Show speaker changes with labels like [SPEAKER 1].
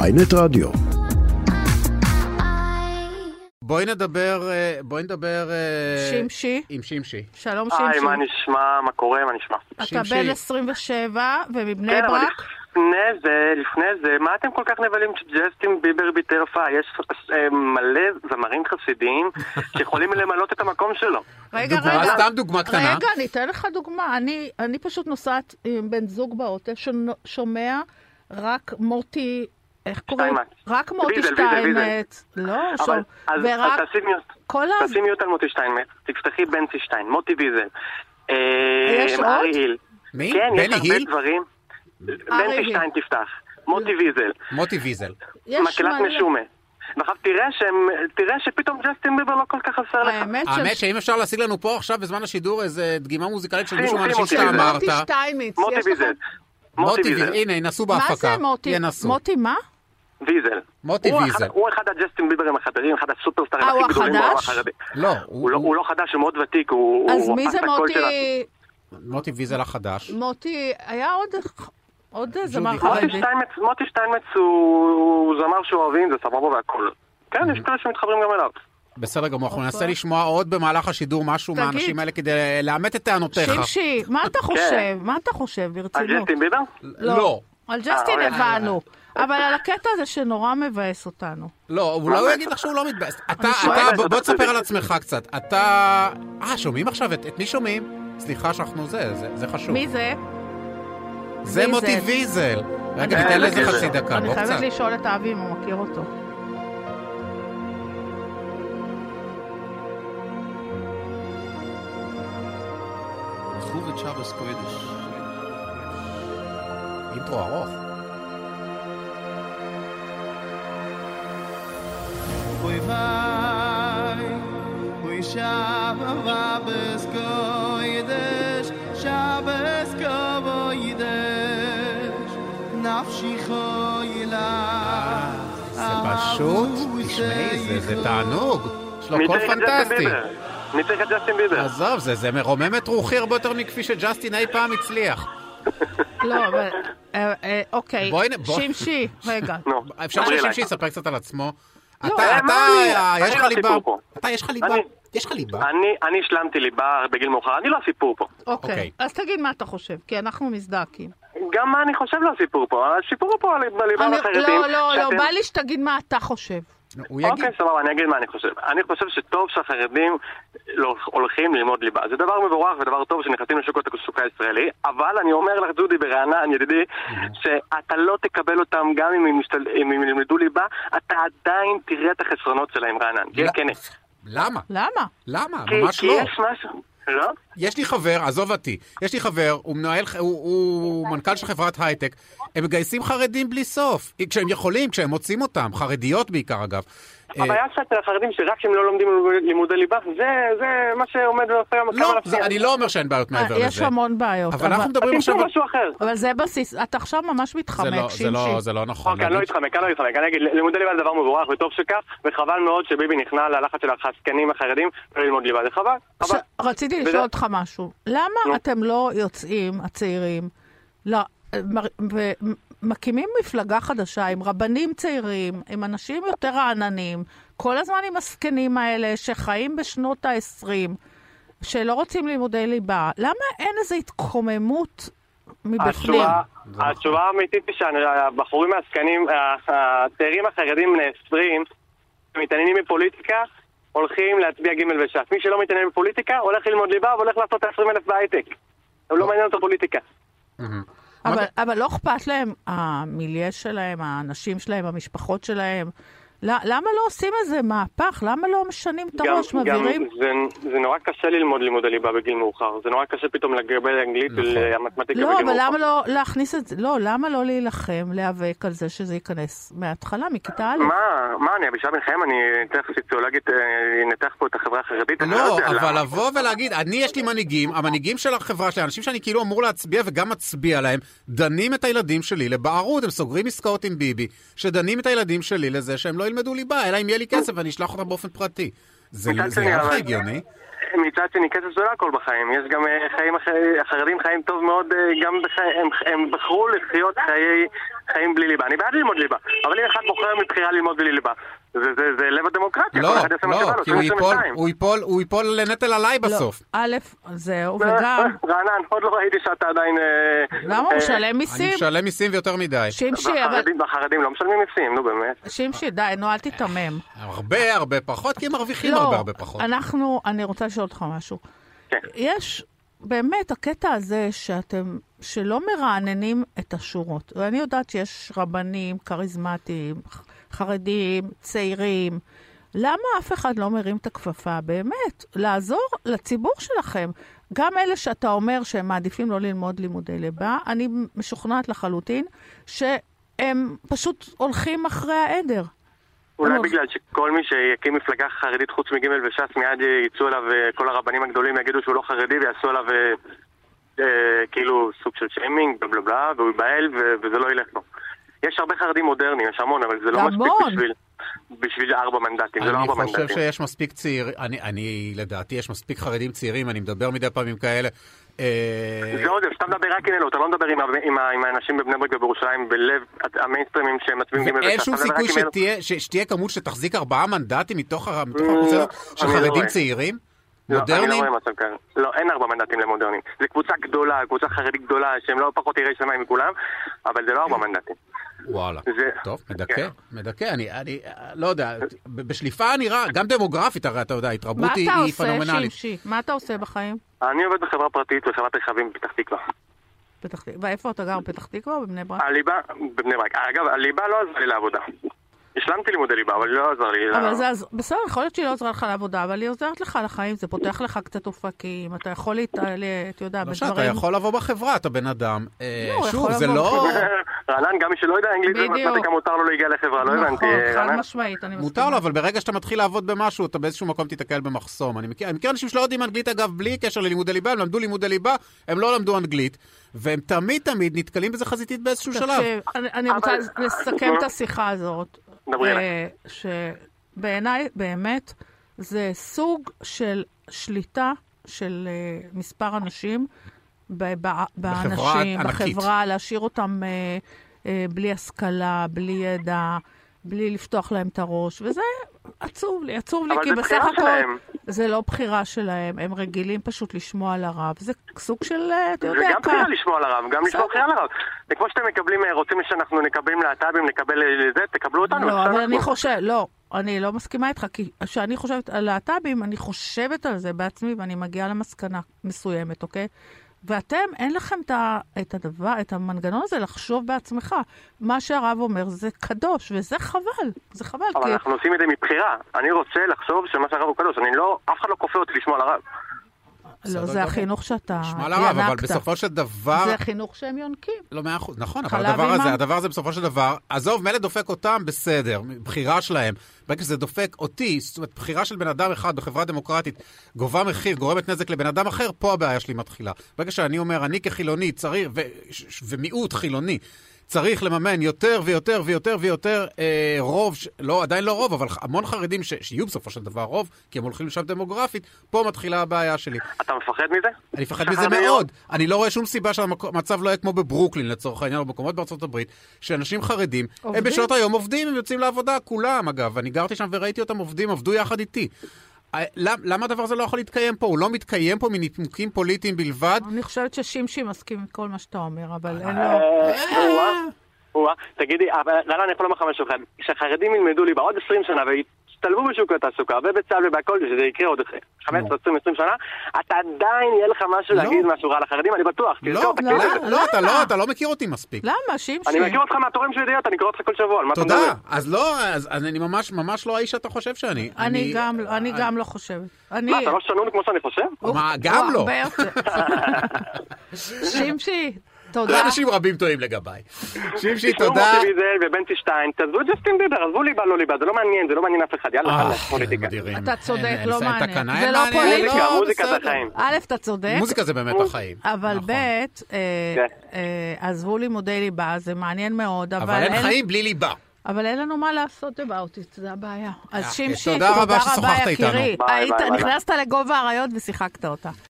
[SPEAKER 1] ויינט רדיו.
[SPEAKER 2] בואי נדבר, אה, בואי נדבר... אה,
[SPEAKER 3] שמשי,
[SPEAKER 2] עם שימשי.
[SPEAKER 3] שלום
[SPEAKER 4] היי, מה
[SPEAKER 3] שמשי.
[SPEAKER 4] נשמע? מה קורה? מה נשמע?
[SPEAKER 3] אתה
[SPEAKER 2] שמשי.
[SPEAKER 3] בן 27 ומבני
[SPEAKER 4] כן, אבל
[SPEAKER 3] ברק?
[SPEAKER 4] לפני זה, לפני זה, מה אתם כל כך נבלים שג'סטין ביבר ביטר פאה? יש אה, מלא זמרים חסידיים שיכולים למלות את המקום שלו.
[SPEAKER 3] רגע,
[SPEAKER 2] דוגמה,
[SPEAKER 3] רגע.
[SPEAKER 2] אה, סתם דוגמה קטנה.
[SPEAKER 3] רגע, אני אתן לך דוגמה. אני, אני פשוט נוסעת עם בן זוג באוטו ששומע רק מוטי, איך קוראים?
[SPEAKER 4] שטיינמץ.
[SPEAKER 3] רק מוטי
[SPEAKER 4] ויזל, ויזל, ויזל.
[SPEAKER 3] שטיינמץ. לא,
[SPEAKER 4] אבל,
[SPEAKER 3] שום-
[SPEAKER 4] אז
[SPEAKER 3] ורק אה.
[SPEAKER 4] אז תעשי מיוט.
[SPEAKER 3] כל ה...
[SPEAKER 4] תעשי מיוט על מוטי שטיינמץ. תפתחי בנצי שטיין, מוטי ויזל. אה,
[SPEAKER 3] יש עוד? אה,
[SPEAKER 4] ארי היל.
[SPEAKER 2] מי?
[SPEAKER 4] כן, יש
[SPEAKER 2] בני
[SPEAKER 4] הרבה
[SPEAKER 2] היל?
[SPEAKER 4] דברים. בנצי
[SPEAKER 3] היל.
[SPEAKER 4] שטיין תפתח. מוטי ויזל.
[SPEAKER 2] מוטי ויזל.
[SPEAKER 3] יש
[SPEAKER 4] מקהלת
[SPEAKER 3] מלא.
[SPEAKER 4] משומה. ואחר תראה שהם, תראה שפתאום ג'סטין ביבר לא כל כך חסר לך.
[SPEAKER 3] האמת
[SPEAKER 2] האמת
[SPEAKER 3] ש...
[SPEAKER 2] שאם אפשר להשיג לנו פה עכשיו בזמן השידור איזה דגימה מוזיקלית של
[SPEAKER 4] שים,
[SPEAKER 2] מישהו
[SPEAKER 4] שים
[SPEAKER 2] מהאנשים שאתה אמרת.
[SPEAKER 4] אותי לזה.
[SPEAKER 3] מוטי שטיינמץ,
[SPEAKER 4] מוטי
[SPEAKER 3] יש לך...
[SPEAKER 4] ויזל.
[SPEAKER 2] מוטי
[SPEAKER 4] מוטי
[SPEAKER 2] ויזל.
[SPEAKER 4] ויזל.
[SPEAKER 2] הנה, ינסו
[SPEAKER 3] מה
[SPEAKER 2] בהפקה.
[SPEAKER 3] זה מוטי?
[SPEAKER 2] ינסו.
[SPEAKER 3] מוטי מה?
[SPEAKER 4] ויזל.
[SPEAKER 2] מוטי
[SPEAKER 4] הוא
[SPEAKER 2] ויזל.
[SPEAKER 4] אחד- הוא אחד הג'סטין ביברים החדרים, אחד הסופרסטרים
[SPEAKER 3] אה, הוא
[SPEAKER 4] הכי גדולים בעולם
[SPEAKER 3] החדש?
[SPEAKER 4] החרדי.
[SPEAKER 2] לא,
[SPEAKER 4] הוא לא- הוא לא חדש, הוא מאוד ותיק, הוא...
[SPEAKER 3] אז
[SPEAKER 4] הוא
[SPEAKER 3] מי
[SPEAKER 4] הפך
[SPEAKER 3] זה
[SPEAKER 4] את הקול
[SPEAKER 3] מוטי...
[SPEAKER 4] של ה-
[SPEAKER 2] מוטי ויזל החדש.
[SPEAKER 3] מוטי... היה עוד... עוד זמר
[SPEAKER 2] ג'ודי.
[SPEAKER 3] חרדי.
[SPEAKER 4] מוטי שטיינמץ, מוטי שטיינמץ הוא הוא זמר שאוהבים, זה סבבה והכל. כן,
[SPEAKER 2] Mm-hmm.
[SPEAKER 4] יש כאלה שמתחברים גם אליו.
[SPEAKER 2] בסדר גמור, אנחנו ננסה לשמוע עוד במהלך השידור משהו
[SPEAKER 3] אוקיי. תגיד.
[SPEAKER 2] מהאנשים האלה כדי לאמת את טענותיך.
[SPEAKER 3] שמשי, מה
[SPEAKER 2] כן.
[SPEAKER 3] אתה חושב? מה אתה חושב,
[SPEAKER 4] על
[SPEAKER 3] ברצינות?
[SPEAKER 4] ג'סטין ביבר?
[SPEAKER 2] לא.
[SPEAKER 3] על ג'סטין
[SPEAKER 4] אה, אוקיי.
[SPEAKER 3] הבנו, אבל על הקטע הזה שנורא מבאס אותנו.
[SPEAKER 2] לא, הוא לא יגיד לך שהוא לא מתבאס. אתה,
[SPEAKER 3] שואלת.
[SPEAKER 2] אתה, בוא- בוא תספר על עצמך קצת. אתה... אה, שומעים עכשיו? את את מי שומעים? סליחה שאנחנו זה, זה- זה חשוב.
[SPEAKER 3] מי זה?
[SPEAKER 2] זה
[SPEAKER 3] מי
[SPEAKER 2] מוטי
[SPEAKER 3] זה?
[SPEAKER 2] ויזל. רגע,
[SPEAKER 4] אני
[SPEAKER 2] ניתן
[SPEAKER 4] חייבת-
[SPEAKER 2] לזה חצי דקה,
[SPEAKER 3] אה, לא, אני
[SPEAKER 2] בוא
[SPEAKER 3] חייבת
[SPEAKER 2] קצת.
[SPEAKER 3] לשאול את אבי אם הוא מכיר אותו.
[SPEAKER 5] לקחו את שבס קוידש.
[SPEAKER 2] אינטרו ארוך.
[SPEAKER 5] אויביי, אוי שבס קוידש, שבס קוידש, נפשי חוילה.
[SPEAKER 2] אה, זה פשוט, תשמעי, זה- זה תענוג. יש לו
[SPEAKER 4] מי
[SPEAKER 2] קול
[SPEAKER 4] צריך את ג'סטין
[SPEAKER 2] פנטסטי.
[SPEAKER 4] ביבר? מי צריך את ג'סטין ביבר?
[SPEAKER 2] עזוב, זה זה מרומם את רוחי הרבה יותר מכפי שג'סטין אי פעם הצליח.
[SPEAKER 3] לא, אבל... אה, אה, אוקיי,
[SPEAKER 2] בואי נ- בוא-
[SPEAKER 3] שמשי, רגע.
[SPEAKER 4] נו,
[SPEAKER 2] אפשר
[SPEAKER 4] דברי
[SPEAKER 2] שנשים
[SPEAKER 4] אליי.
[SPEAKER 2] שיספר קצת על עצמו. אתה,
[SPEAKER 4] אה,
[SPEAKER 2] אתה,
[SPEAKER 4] מה אני-
[SPEAKER 2] אה,
[SPEAKER 4] אני
[SPEAKER 2] יש לך
[SPEAKER 4] לא
[SPEAKER 2] ליבה.
[SPEAKER 4] הסיפור פה.
[SPEAKER 2] אתה, יש לך ליבה.
[SPEAKER 4] אני-
[SPEAKER 2] יש לך ליבה.
[SPEAKER 4] אני- אני השלמתי ליבה בגיל מאוחר, אני לא הסיפור פה.
[SPEAKER 3] אוקיי,
[SPEAKER 2] אוקיי.
[SPEAKER 3] אז תגיד מה אתה חושב, כי אנחנו מזדעקים.
[SPEAKER 4] גם מה אני חושב לא הסיפור פה, הסיפור הוא פה על- בליבה
[SPEAKER 3] אני-
[SPEAKER 4] לחרדים.
[SPEAKER 3] לא, לא, לא,
[SPEAKER 4] שאתם-
[SPEAKER 3] בא לי שתגיד מה אתה חושב.
[SPEAKER 2] נו, הוא יגיד.
[SPEAKER 4] אוקיי, סבבה, אני אגיד מה אני חושב. אני חושב שטוב שהחרדים לא- הולכים ללמוד ליבה. זה דבר מבורך ודבר טוב שנכנסים לשוק התעסוקה הישראלי, אבל אני אומר לך, דודי ברענן, ידידי, שאתה לא תקבל אותם גם אם הם משתל- אם הם ילמדו ליבה, אתה עדיין תראה את החסרונות שלהם, רענן. תהיה
[SPEAKER 2] לא-
[SPEAKER 4] כן.
[SPEAKER 2] למה?
[SPEAKER 3] למה?
[SPEAKER 2] למה?
[SPEAKER 4] כי
[SPEAKER 2] ממש
[SPEAKER 4] כי
[SPEAKER 2] לא. אה,
[SPEAKER 4] יש משהו... לא?
[SPEAKER 2] יש לי חבר, עזוב אותי, יש לי חבר, הוא מנהל, הוא, הוא מנכ"ל של חברת הייטק, הם מגייסים חרדים בלי סוף, כשהם יכולים, כשהם מוצאים אותם, חרדיות בעיקר אגב. אה,
[SPEAKER 4] הבעיה של החרדים שרק כשהם לא לומדים לימודי ליבה, זה זה מה שעומד בנושא היום.
[SPEAKER 2] לא, זה, אני לא אומר שאין בעיות מעבר
[SPEAKER 3] אה, יש
[SPEAKER 2] לזה.
[SPEAKER 3] המון לא בעיות.
[SPEAKER 2] אבל אנחנו מדברים עכשיו...
[SPEAKER 4] תמצאו
[SPEAKER 2] על-
[SPEAKER 4] משהו אחר.
[SPEAKER 3] אבל זה בסיס, אתה עכשיו ממש
[SPEAKER 2] זה
[SPEAKER 3] מתחמק,
[SPEAKER 2] לא,
[SPEAKER 3] שמשי.
[SPEAKER 2] זה לא, זה לא נכון.
[SPEAKER 4] אוקיי, אני לא
[SPEAKER 2] להגיד-
[SPEAKER 4] אתחמק, אני לא אתחמק. אני אגיד, לימודי ליבה זה דבר מבורך וטוב שכך, וחבל מאוד שביבי נכנע ללחץ של החזקנים החרדים לא ללמוד ליבה, זה חבל.
[SPEAKER 3] ש-
[SPEAKER 4] אבל
[SPEAKER 3] רציתי
[SPEAKER 4] וזה-
[SPEAKER 3] לשאול אותך משהו. למה
[SPEAKER 4] נו.
[SPEAKER 3] אתם לא יוצאים, הצעירים, ל- מ- ו- מקימים מפלגה חדשה עם רבנים צעירים, עם אנשים יותר רעננים, כל הזמן עם הזקנים האלה שחיים בשנות ה-20, שלא רוצים לימודי ליבה? למה אין איזו התקוממות מבפנים?
[SPEAKER 4] התשובה-
[SPEAKER 3] נכון.
[SPEAKER 4] התשובה האמיתית היא שהבחורים העסקנים, הצעירים החרדים בני 20, שמתעניינים בפוליטיקה, הולכים להצביע ג' וש"ס. מי שלא מתעניין בפוליטיקה, הולך ללמוד ליבה והולך לעשות 20 אלף בהייטק. הוא לא מעניין אותו פוליטיקה.
[SPEAKER 3] אבל, אבל לא אכפת להם המיליה שלהם, האנשים שלהם, המשפחות שלהם. ל- למה לא עושים איזה מהפך? למה לא משנים את הראש, מבהירים?
[SPEAKER 4] זה, זה נורא קשה ללמוד לימודי ליבה בגיל מאוחר. זה נורא קשה פתאום לגבי אנגלית
[SPEAKER 2] נכון.
[SPEAKER 4] ולמתמטיקה
[SPEAKER 3] לא,
[SPEAKER 4] בגיל
[SPEAKER 3] אבל
[SPEAKER 4] מאוחר.
[SPEAKER 3] למה לא להכניס את זה? לא, למה לא להילחם, להיאבק על זה שזה ייכנס מההתחלה, מכיתה א'?
[SPEAKER 4] מה, מה, אני אבישי בן חיים, אני תכף סוציולוגית אה, אנתח פה את החברה החרדית, אני
[SPEAKER 2] לא,
[SPEAKER 4] יודע
[SPEAKER 2] אבל
[SPEAKER 4] אה, למה.
[SPEAKER 2] לבוא ולהגיד, אני יש לי מנהיגים, המנהיגים של החברה שלי, אנשים שאני כאילו אמור להצביע וגם מצביע להם, דנים את הילדים שלי לבערות, הם סוגרים עסקאות עם ביבי, שדנים את הילדים שלי לזה שהם לא ילמדו ליבה, אלא אם יהיה לי כסף ואני אשלח אותם באופן פרטי. זה
[SPEAKER 4] מצד
[SPEAKER 2] זה
[SPEAKER 4] שני,
[SPEAKER 2] נראה לך
[SPEAKER 4] אבל-
[SPEAKER 2] הגיוני?
[SPEAKER 4] מצד שני, כסף זה לא הכל בחיים, יש גם אה, חיים, אחר- החרדים חיים טוב מאוד, אה, גם בחיים, הם בחרו לחיות חיי חיים בלי ליבה. אני בעד ללמוד ליבה, אבל אם אחד בוחר מבחירה ללמוד בלי ליבה, זה- זה זה לב הדמוקרטיה.
[SPEAKER 2] לא,
[SPEAKER 4] כל אחד יעשה מה שבא
[SPEAKER 2] לא,
[SPEAKER 4] לו,
[SPEAKER 2] כי הוא
[SPEAKER 4] 2022.
[SPEAKER 2] ייפול- הוא ייפול- הוא ייפול לנטל עליי
[SPEAKER 4] לא.
[SPEAKER 2] בסוף.
[SPEAKER 3] לא, א', זהו,
[SPEAKER 4] אה,
[SPEAKER 3] וגם,
[SPEAKER 4] אה, רענן, עוד לא ראיתי שאתה עדיין... אה,
[SPEAKER 3] למה הוא
[SPEAKER 4] אה,
[SPEAKER 3] משלם
[SPEAKER 2] אני
[SPEAKER 3] מיסים?
[SPEAKER 2] משלם אה, מיסים ויותר מדי.
[SPEAKER 3] שמשי, אבל...
[SPEAKER 4] והחרדים- והחרדים לא משלמים מיסים, נו באמת.
[SPEAKER 3] שמשי, די, נו, אל תיתמם.
[SPEAKER 2] הרבה הרבה פחות, כי הם מרוויחים הרבה
[SPEAKER 3] לא,
[SPEAKER 2] הרבה פחות.
[SPEAKER 3] אנחנו, אני רוצה לשאול אותך משהו.
[SPEAKER 4] כן.
[SPEAKER 3] יש, באמת, הקטע הזה שאתם, שלא מרעננים את השורות. ואני יודעת שיש רבנים כריזמטיים, ח- חרדים, צעירים. למה אף אחד לא מרים את הכפפה? באמת, לעזור לציבור שלכם. גם אלה שאתה אומר שהם מעדיפים לא ללמוד לימודי ליבה, אני משוכנעת לחלוטין שהם פשוט הולכים אחרי העדר.
[SPEAKER 4] אולי
[SPEAKER 3] לא.
[SPEAKER 4] בגלל שכל מי שיקים מפלגה חרדית חוץ מגימל וש"ס מיד יצאו אליו אה, כל הרבנים הגדולים יגידו שהוא לא חרדי ויעשו עליו אה, אה, כאילו סוג של שיימינג בלה בלה בלה והוא ייבהל ו- וזה לא ילך לו. יש הרבה חרדים מודרניים, יש המון, אבל זה לא מספיק
[SPEAKER 3] המון.
[SPEAKER 4] בשביל, בשביל ארבע מנדטים, זה לא
[SPEAKER 2] אני
[SPEAKER 4] ארבע
[SPEAKER 2] חושב
[SPEAKER 4] מנדטים.
[SPEAKER 2] שיש מספיק צעיר, אני, אני לדעתי יש מספיק חרדים צעירים, אני מדבר מדי פעם עם כאלה. אה,
[SPEAKER 4] זה עודף, אתה מדבר רק עם אלות, אתה לא מדבר עם ה- עם ה- עם האנשים בבני ברק ובירושלים בלב המיינסטרימים שמצביעים גימל וש"ס.
[SPEAKER 2] ואין שום
[SPEAKER 4] אתה מדבר רק
[SPEAKER 2] סיכוי
[SPEAKER 4] עם אלו.
[SPEAKER 2] שתהיה, ש, שתהיה כמות שתחזיק ארבעה מנדטים מתוך הר- מתוך
[SPEAKER 4] לא,
[SPEAKER 2] הקבוצה הזאת
[SPEAKER 4] אני
[SPEAKER 2] של
[SPEAKER 4] לא
[SPEAKER 2] חרדים
[SPEAKER 4] רואה.
[SPEAKER 2] צעירים?
[SPEAKER 4] לא, אני לא
[SPEAKER 2] מודרניים?
[SPEAKER 4] רואה מצב כזה. לא, אין ארבע מנדטים למודרניים. זו קבוצה גדולה, קבוצה חרדית גדולה, שהם לא פחות יראי שמיים מכולם, אבל זה לא ארבע מנדטים.
[SPEAKER 2] וואלה.
[SPEAKER 4] זה-
[SPEAKER 2] טוב, מדכא,
[SPEAKER 4] כן.
[SPEAKER 2] מדכא. אני, אני אה, לא יודע, ב- בשליפה נראה, גם דמוגרפית הרי אתה יודע, ההתרבות
[SPEAKER 3] מה
[SPEAKER 2] היא,
[SPEAKER 3] אתה
[SPEAKER 2] היא
[SPEAKER 3] עושה,
[SPEAKER 2] פנומנלית.
[SPEAKER 3] שמשי? מה אתה עושה בחיים?
[SPEAKER 4] אני עובד בחברה פרטית, בחברת רכבים בפתח תקווה.
[SPEAKER 2] אה.
[SPEAKER 3] פתח תקווה. ואיפה אתה גר? בפתח תקווה או בבני ברק?
[SPEAKER 4] הליבה, בבני ברק. אגב, הליבה לא עזרה לי לעבודה. השלמתי לימודי ליבה, אבל לא עזר לי.
[SPEAKER 3] אבל
[SPEAKER 4] ל-
[SPEAKER 3] זה, אז, בסדר, יכול להיות שהיא לא עוזרה לך לעבודה, אבל היא עוזרת לך לחיים, זה פותח לך קצת אופקים, אתה יכול להתעל... אתה יודע,
[SPEAKER 2] למשל, לא אתה
[SPEAKER 3] בדברים...
[SPEAKER 2] יכול לבוא בחברה, אתה בן אדם. אה,
[SPEAKER 3] לא, הוא
[SPEAKER 2] שוב,
[SPEAKER 3] יכול
[SPEAKER 2] זה
[SPEAKER 3] לבוא
[SPEAKER 2] לא...
[SPEAKER 4] רענן, גם מי שלא יודע אנגלית
[SPEAKER 3] בדיוק.
[SPEAKER 4] ומתמטיקה מותר לו להגיע לחברה, לא הבנתי.
[SPEAKER 3] נכון,
[SPEAKER 4] אה,
[SPEAKER 3] חד
[SPEAKER 4] רענן?
[SPEAKER 3] משמעית, אני מסכימה.
[SPEAKER 2] מותר לו, אבל ברגע שאתה מתחיל לעבוד במשהו, אתה באיזשהו מקום תיתקל במחסום. אני מכיר, אני מכיר אנשים שלא יודעים אנגלית, אגב, בלי קשר ללימודי ליבה, הם למדו לימודי ליבה, הם לא למדו אנגלית, והם תמיד תמיד נתקלים בזה חזיתית באיזשהו שלב.
[SPEAKER 3] תקשיב, אה, אני, אני
[SPEAKER 4] אבל- אוקיי.
[SPEAKER 3] רוצה לסכם את השיחה הזאת.
[SPEAKER 4] דברי אליי.
[SPEAKER 3] אה, שבעיניי, באמת, זה סוג של שליטה של אה, מספר אנשים ב- ב- באנשים,
[SPEAKER 2] ענקית.
[SPEAKER 3] בחברה, להשאיר אותם אה, אה, בלי השכלה, בלי ידע, בלי לפתוח להם את הראש, וזה עצוב לי, עצוב לי,
[SPEAKER 4] אבל
[SPEAKER 3] כי
[SPEAKER 4] זה
[SPEAKER 3] בסך
[SPEAKER 4] בחירה
[SPEAKER 3] הכל
[SPEAKER 4] שלהם.
[SPEAKER 3] זה לא בחירה שלהם, הם רגילים פשוט לשמוע על הרב, זה סוג של, אה, אתה
[SPEAKER 4] זה
[SPEAKER 3] יודע,
[SPEAKER 4] גם
[SPEAKER 3] כת.
[SPEAKER 4] בחירה לשמוע על הרב, גם לשמוע
[SPEAKER 3] בסדר.
[SPEAKER 4] בחירה על הרב. זה כמו שאתם מקבלים, אה, רוצים שאנחנו נקבל להט"בים, נקבל אה, זה, תקבלו אותנו.
[SPEAKER 3] לא,
[SPEAKER 4] בסדר.
[SPEAKER 3] אבל אני חושבת, לא, אני לא מסכימה איתך, כי כשאני חושבת על להט"בים, אני חושבת על זה בעצמי, ואני מגיעה למסקנה מסוימת, אוקיי? ואתם, אין לכם את, ה, את הדבר, את המנגנון הזה לחשוב בעצמך. מה שהרב אומר זה קדוש, וזה חבל, זה חבל,
[SPEAKER 4] אבל
[SPEAKER 2] כן.
[SPEAKER 3] כי...
[SPEAKER 4] אנחנו עושים את זה מבחירה. אני רוצה לחשוב שמה שהרב הוא קדוש. אני לא, אף אחד לא כופה אותי לשמוע על הרב.
[SPEAKER 3] לא,
[SPEAKER 2] בסדר
[SPEAKER 3] זה
[SPEAKER 2] גמור.
[SPEAKER 3] החינוך שאתה
[SPEAKER 2] שמע לרב, אבל
[SPEAKER 3] ינקת.
[SPEAKER 2] בסופו של דבר...
[SPEAKER 3] זה החינוך שהם יונקים.
[SPEAKER 2] לא מאה אחוז, נכון, אבל
[SPEAKER 3] חלב
[SPEAKER 2] הדבר הזה,
[SPEAKER 3] אימם.
[SPEAKER 2] הדבר הזה בסופו של דבר, עזוב, מילא דופק אותם, בסדר, בחירה שלהם. ברגע שזה דופק אותי, זאת אומרת, בחירה של בן אדם אחד בחברה דמוקרטית גובה מחיר, גורמת נזק לבן אדם אחר, פה הבעיה שלי מתחילה. ברגע שאני אומר, אני כחילוני צריך, ו, ש- ש- ומיעוט חילוני, צריך לממן יותר ויותר ויותר ויותר אה, רוב, ש... לא, עדיין לא רוב, אבל המון חרדים ש... שיהיו בסופו של דבר רוב, כי הם הולכים לשם דמוגרפית, פה מתחילה הבעיה שלי.
[SPEAKER 4] אתה מפחד מזה?
[SPEAKER 2] אני מפחד מזה
[SPEAKER 4] שחרדיות?
[SPEAKER 2] מאוד. אני לא רואה שום סיבה שהמצב לא יהיה כמו בברוקלין, לצורך העניין, או במקומות בארצות הברית, שאנשים חרדים, הם
[SPEAKER 3] עובדים.
[SPEAKER 2] בשעות היום עובדים, הם יוצאים לעבודה, כולם אגב. אני גרתי שם וראיתי אותם עובדים, עבדו יחד איתי. אה, למ- למה הדבר הזה לא יכול להתקיים פה? הוא לא מתקיים פה מנימוקים פוליטיים בלבד.
[SPEAKER 3] אני חושבת ששמשי מסכים עם כל מה שאתה אומר, אבל אין
[SPEAKER 4] אה,
[SPEAKER 3] לו...
[SPEAKER 4] או-אה,
[SPEAKER 2] לא,
[SPEAKER 4] או-אה. תגידי, אבל רנה, אני יכול לומר לך משהו אחד. כשהחרדים ילמדו ליבה עוד 20 שנה ויצטלבו בשוק התעסוקה ובצה"ל ובהכל, שזה יקרה עוד 15, 20, 20 שנה, אתה עדיין יהיה לך משהו
[SPEAKER 2] לא.
[SPEAKER 4] להגיד משהו רע לחרדים, אני בטוח. תזכור,
[SPEAKER 2] לא,
[SPEAKER 4] תקשיב
[SPEAKER 2] לא,
[SPEAKER 4] לזה.
[SPEAKER 2] לא, אתה לא, אתה לא מכיר אותי מספיק.
[SPEAKER 3] למה, שמשי?
[SPEAKER 4] אני מכיר אותך מהתורים של ידיעות, אני קורא אותך כל שבוע, על מה אתה מדבר?
[SPEAKER 2] תודה. אז לא, אז אז אני ממש ממש לא האיש שאתה חושב שאני. אה,
[SPEAKER 3] אני גם לא- אני גם לא חושבת. אני...
[SPEAKER 4] מה, אתה לא שנון כמו שאני חושב?
[SPEAKER 2] מה, גם לא.
[SPEAKER 3] אוקיי, הרבה יותר. שמשי, תודה.
[SPEAKER 2] לא, אנשים רבים טועים לגביי. שמשי,
[SPEAKER 4] תשמעו
[SPEAKER 2] תודה.
[SPEAKER 4] מוטי ויזל ובנצי שטיין, תעזבו את ג'סטין ביבר, עזבו ליבה, לא ליבה, זה לא מעניין, זה לא מעניין אף אחד, יאללה,
[SPEAKER 2] אה,
[SPEAKER 4] חלאס, פוליטיקה.
[SPEAKER 2] אדירים.
[SPEAKER 3] אתה צודק,
[SPEAKER 2] אין- אין
[SPEAKER 3] לא
[SPEAKER 2] לסיים את
[SPEAKER 3] מעניין.
[SPEAKER 2] הקנאי,
[SPEAKER 3] זה
[SPEAKER 2] אין
[SPEAKER 3] לא
[SPEAKER 2] מעניין,
[SPEAKER 3] פוליטיקה,
[SPEAKER 2] לא,
[SPEAKER 4] מוזיקה זה
[SPEAKER 2] בסדר.
[SPEAKER 4] החיים.
[SPEAKER 3] א', אתה צודק,
[SPEAKER 2] מוזיקה זה באמת החיים.
[SPEAKER 3] אבל
[SPEAKER 2] נכון.
[SPEAKER 3] ב', אה,
[SPEAKER 4] כן.
[SPEAKER 3] אה, עזבו לימודי ליבה, זה מעניין מאוד,
[SPEAKER 2] אבל אין חיים בלי ליבה.
[SPEAKER 3] אבל אין לנו מה לעשות about it, זה הבעיה. אז
[SPEAKER 2] אה,
[SPEAKER 3] שמשי,
[SPEAKER 2] תודה רבה ששוחחת
[SPEAKER 3] יקירי.
[SPEAKER 2] איתנו.
[SPEAKER 4] ביי,
[SPEAKER 3] היית-
[SPEAKER 4] ביי, ביי.
[SPEAKER 3] נכנסת לגובה האריות ושיחקת אותה.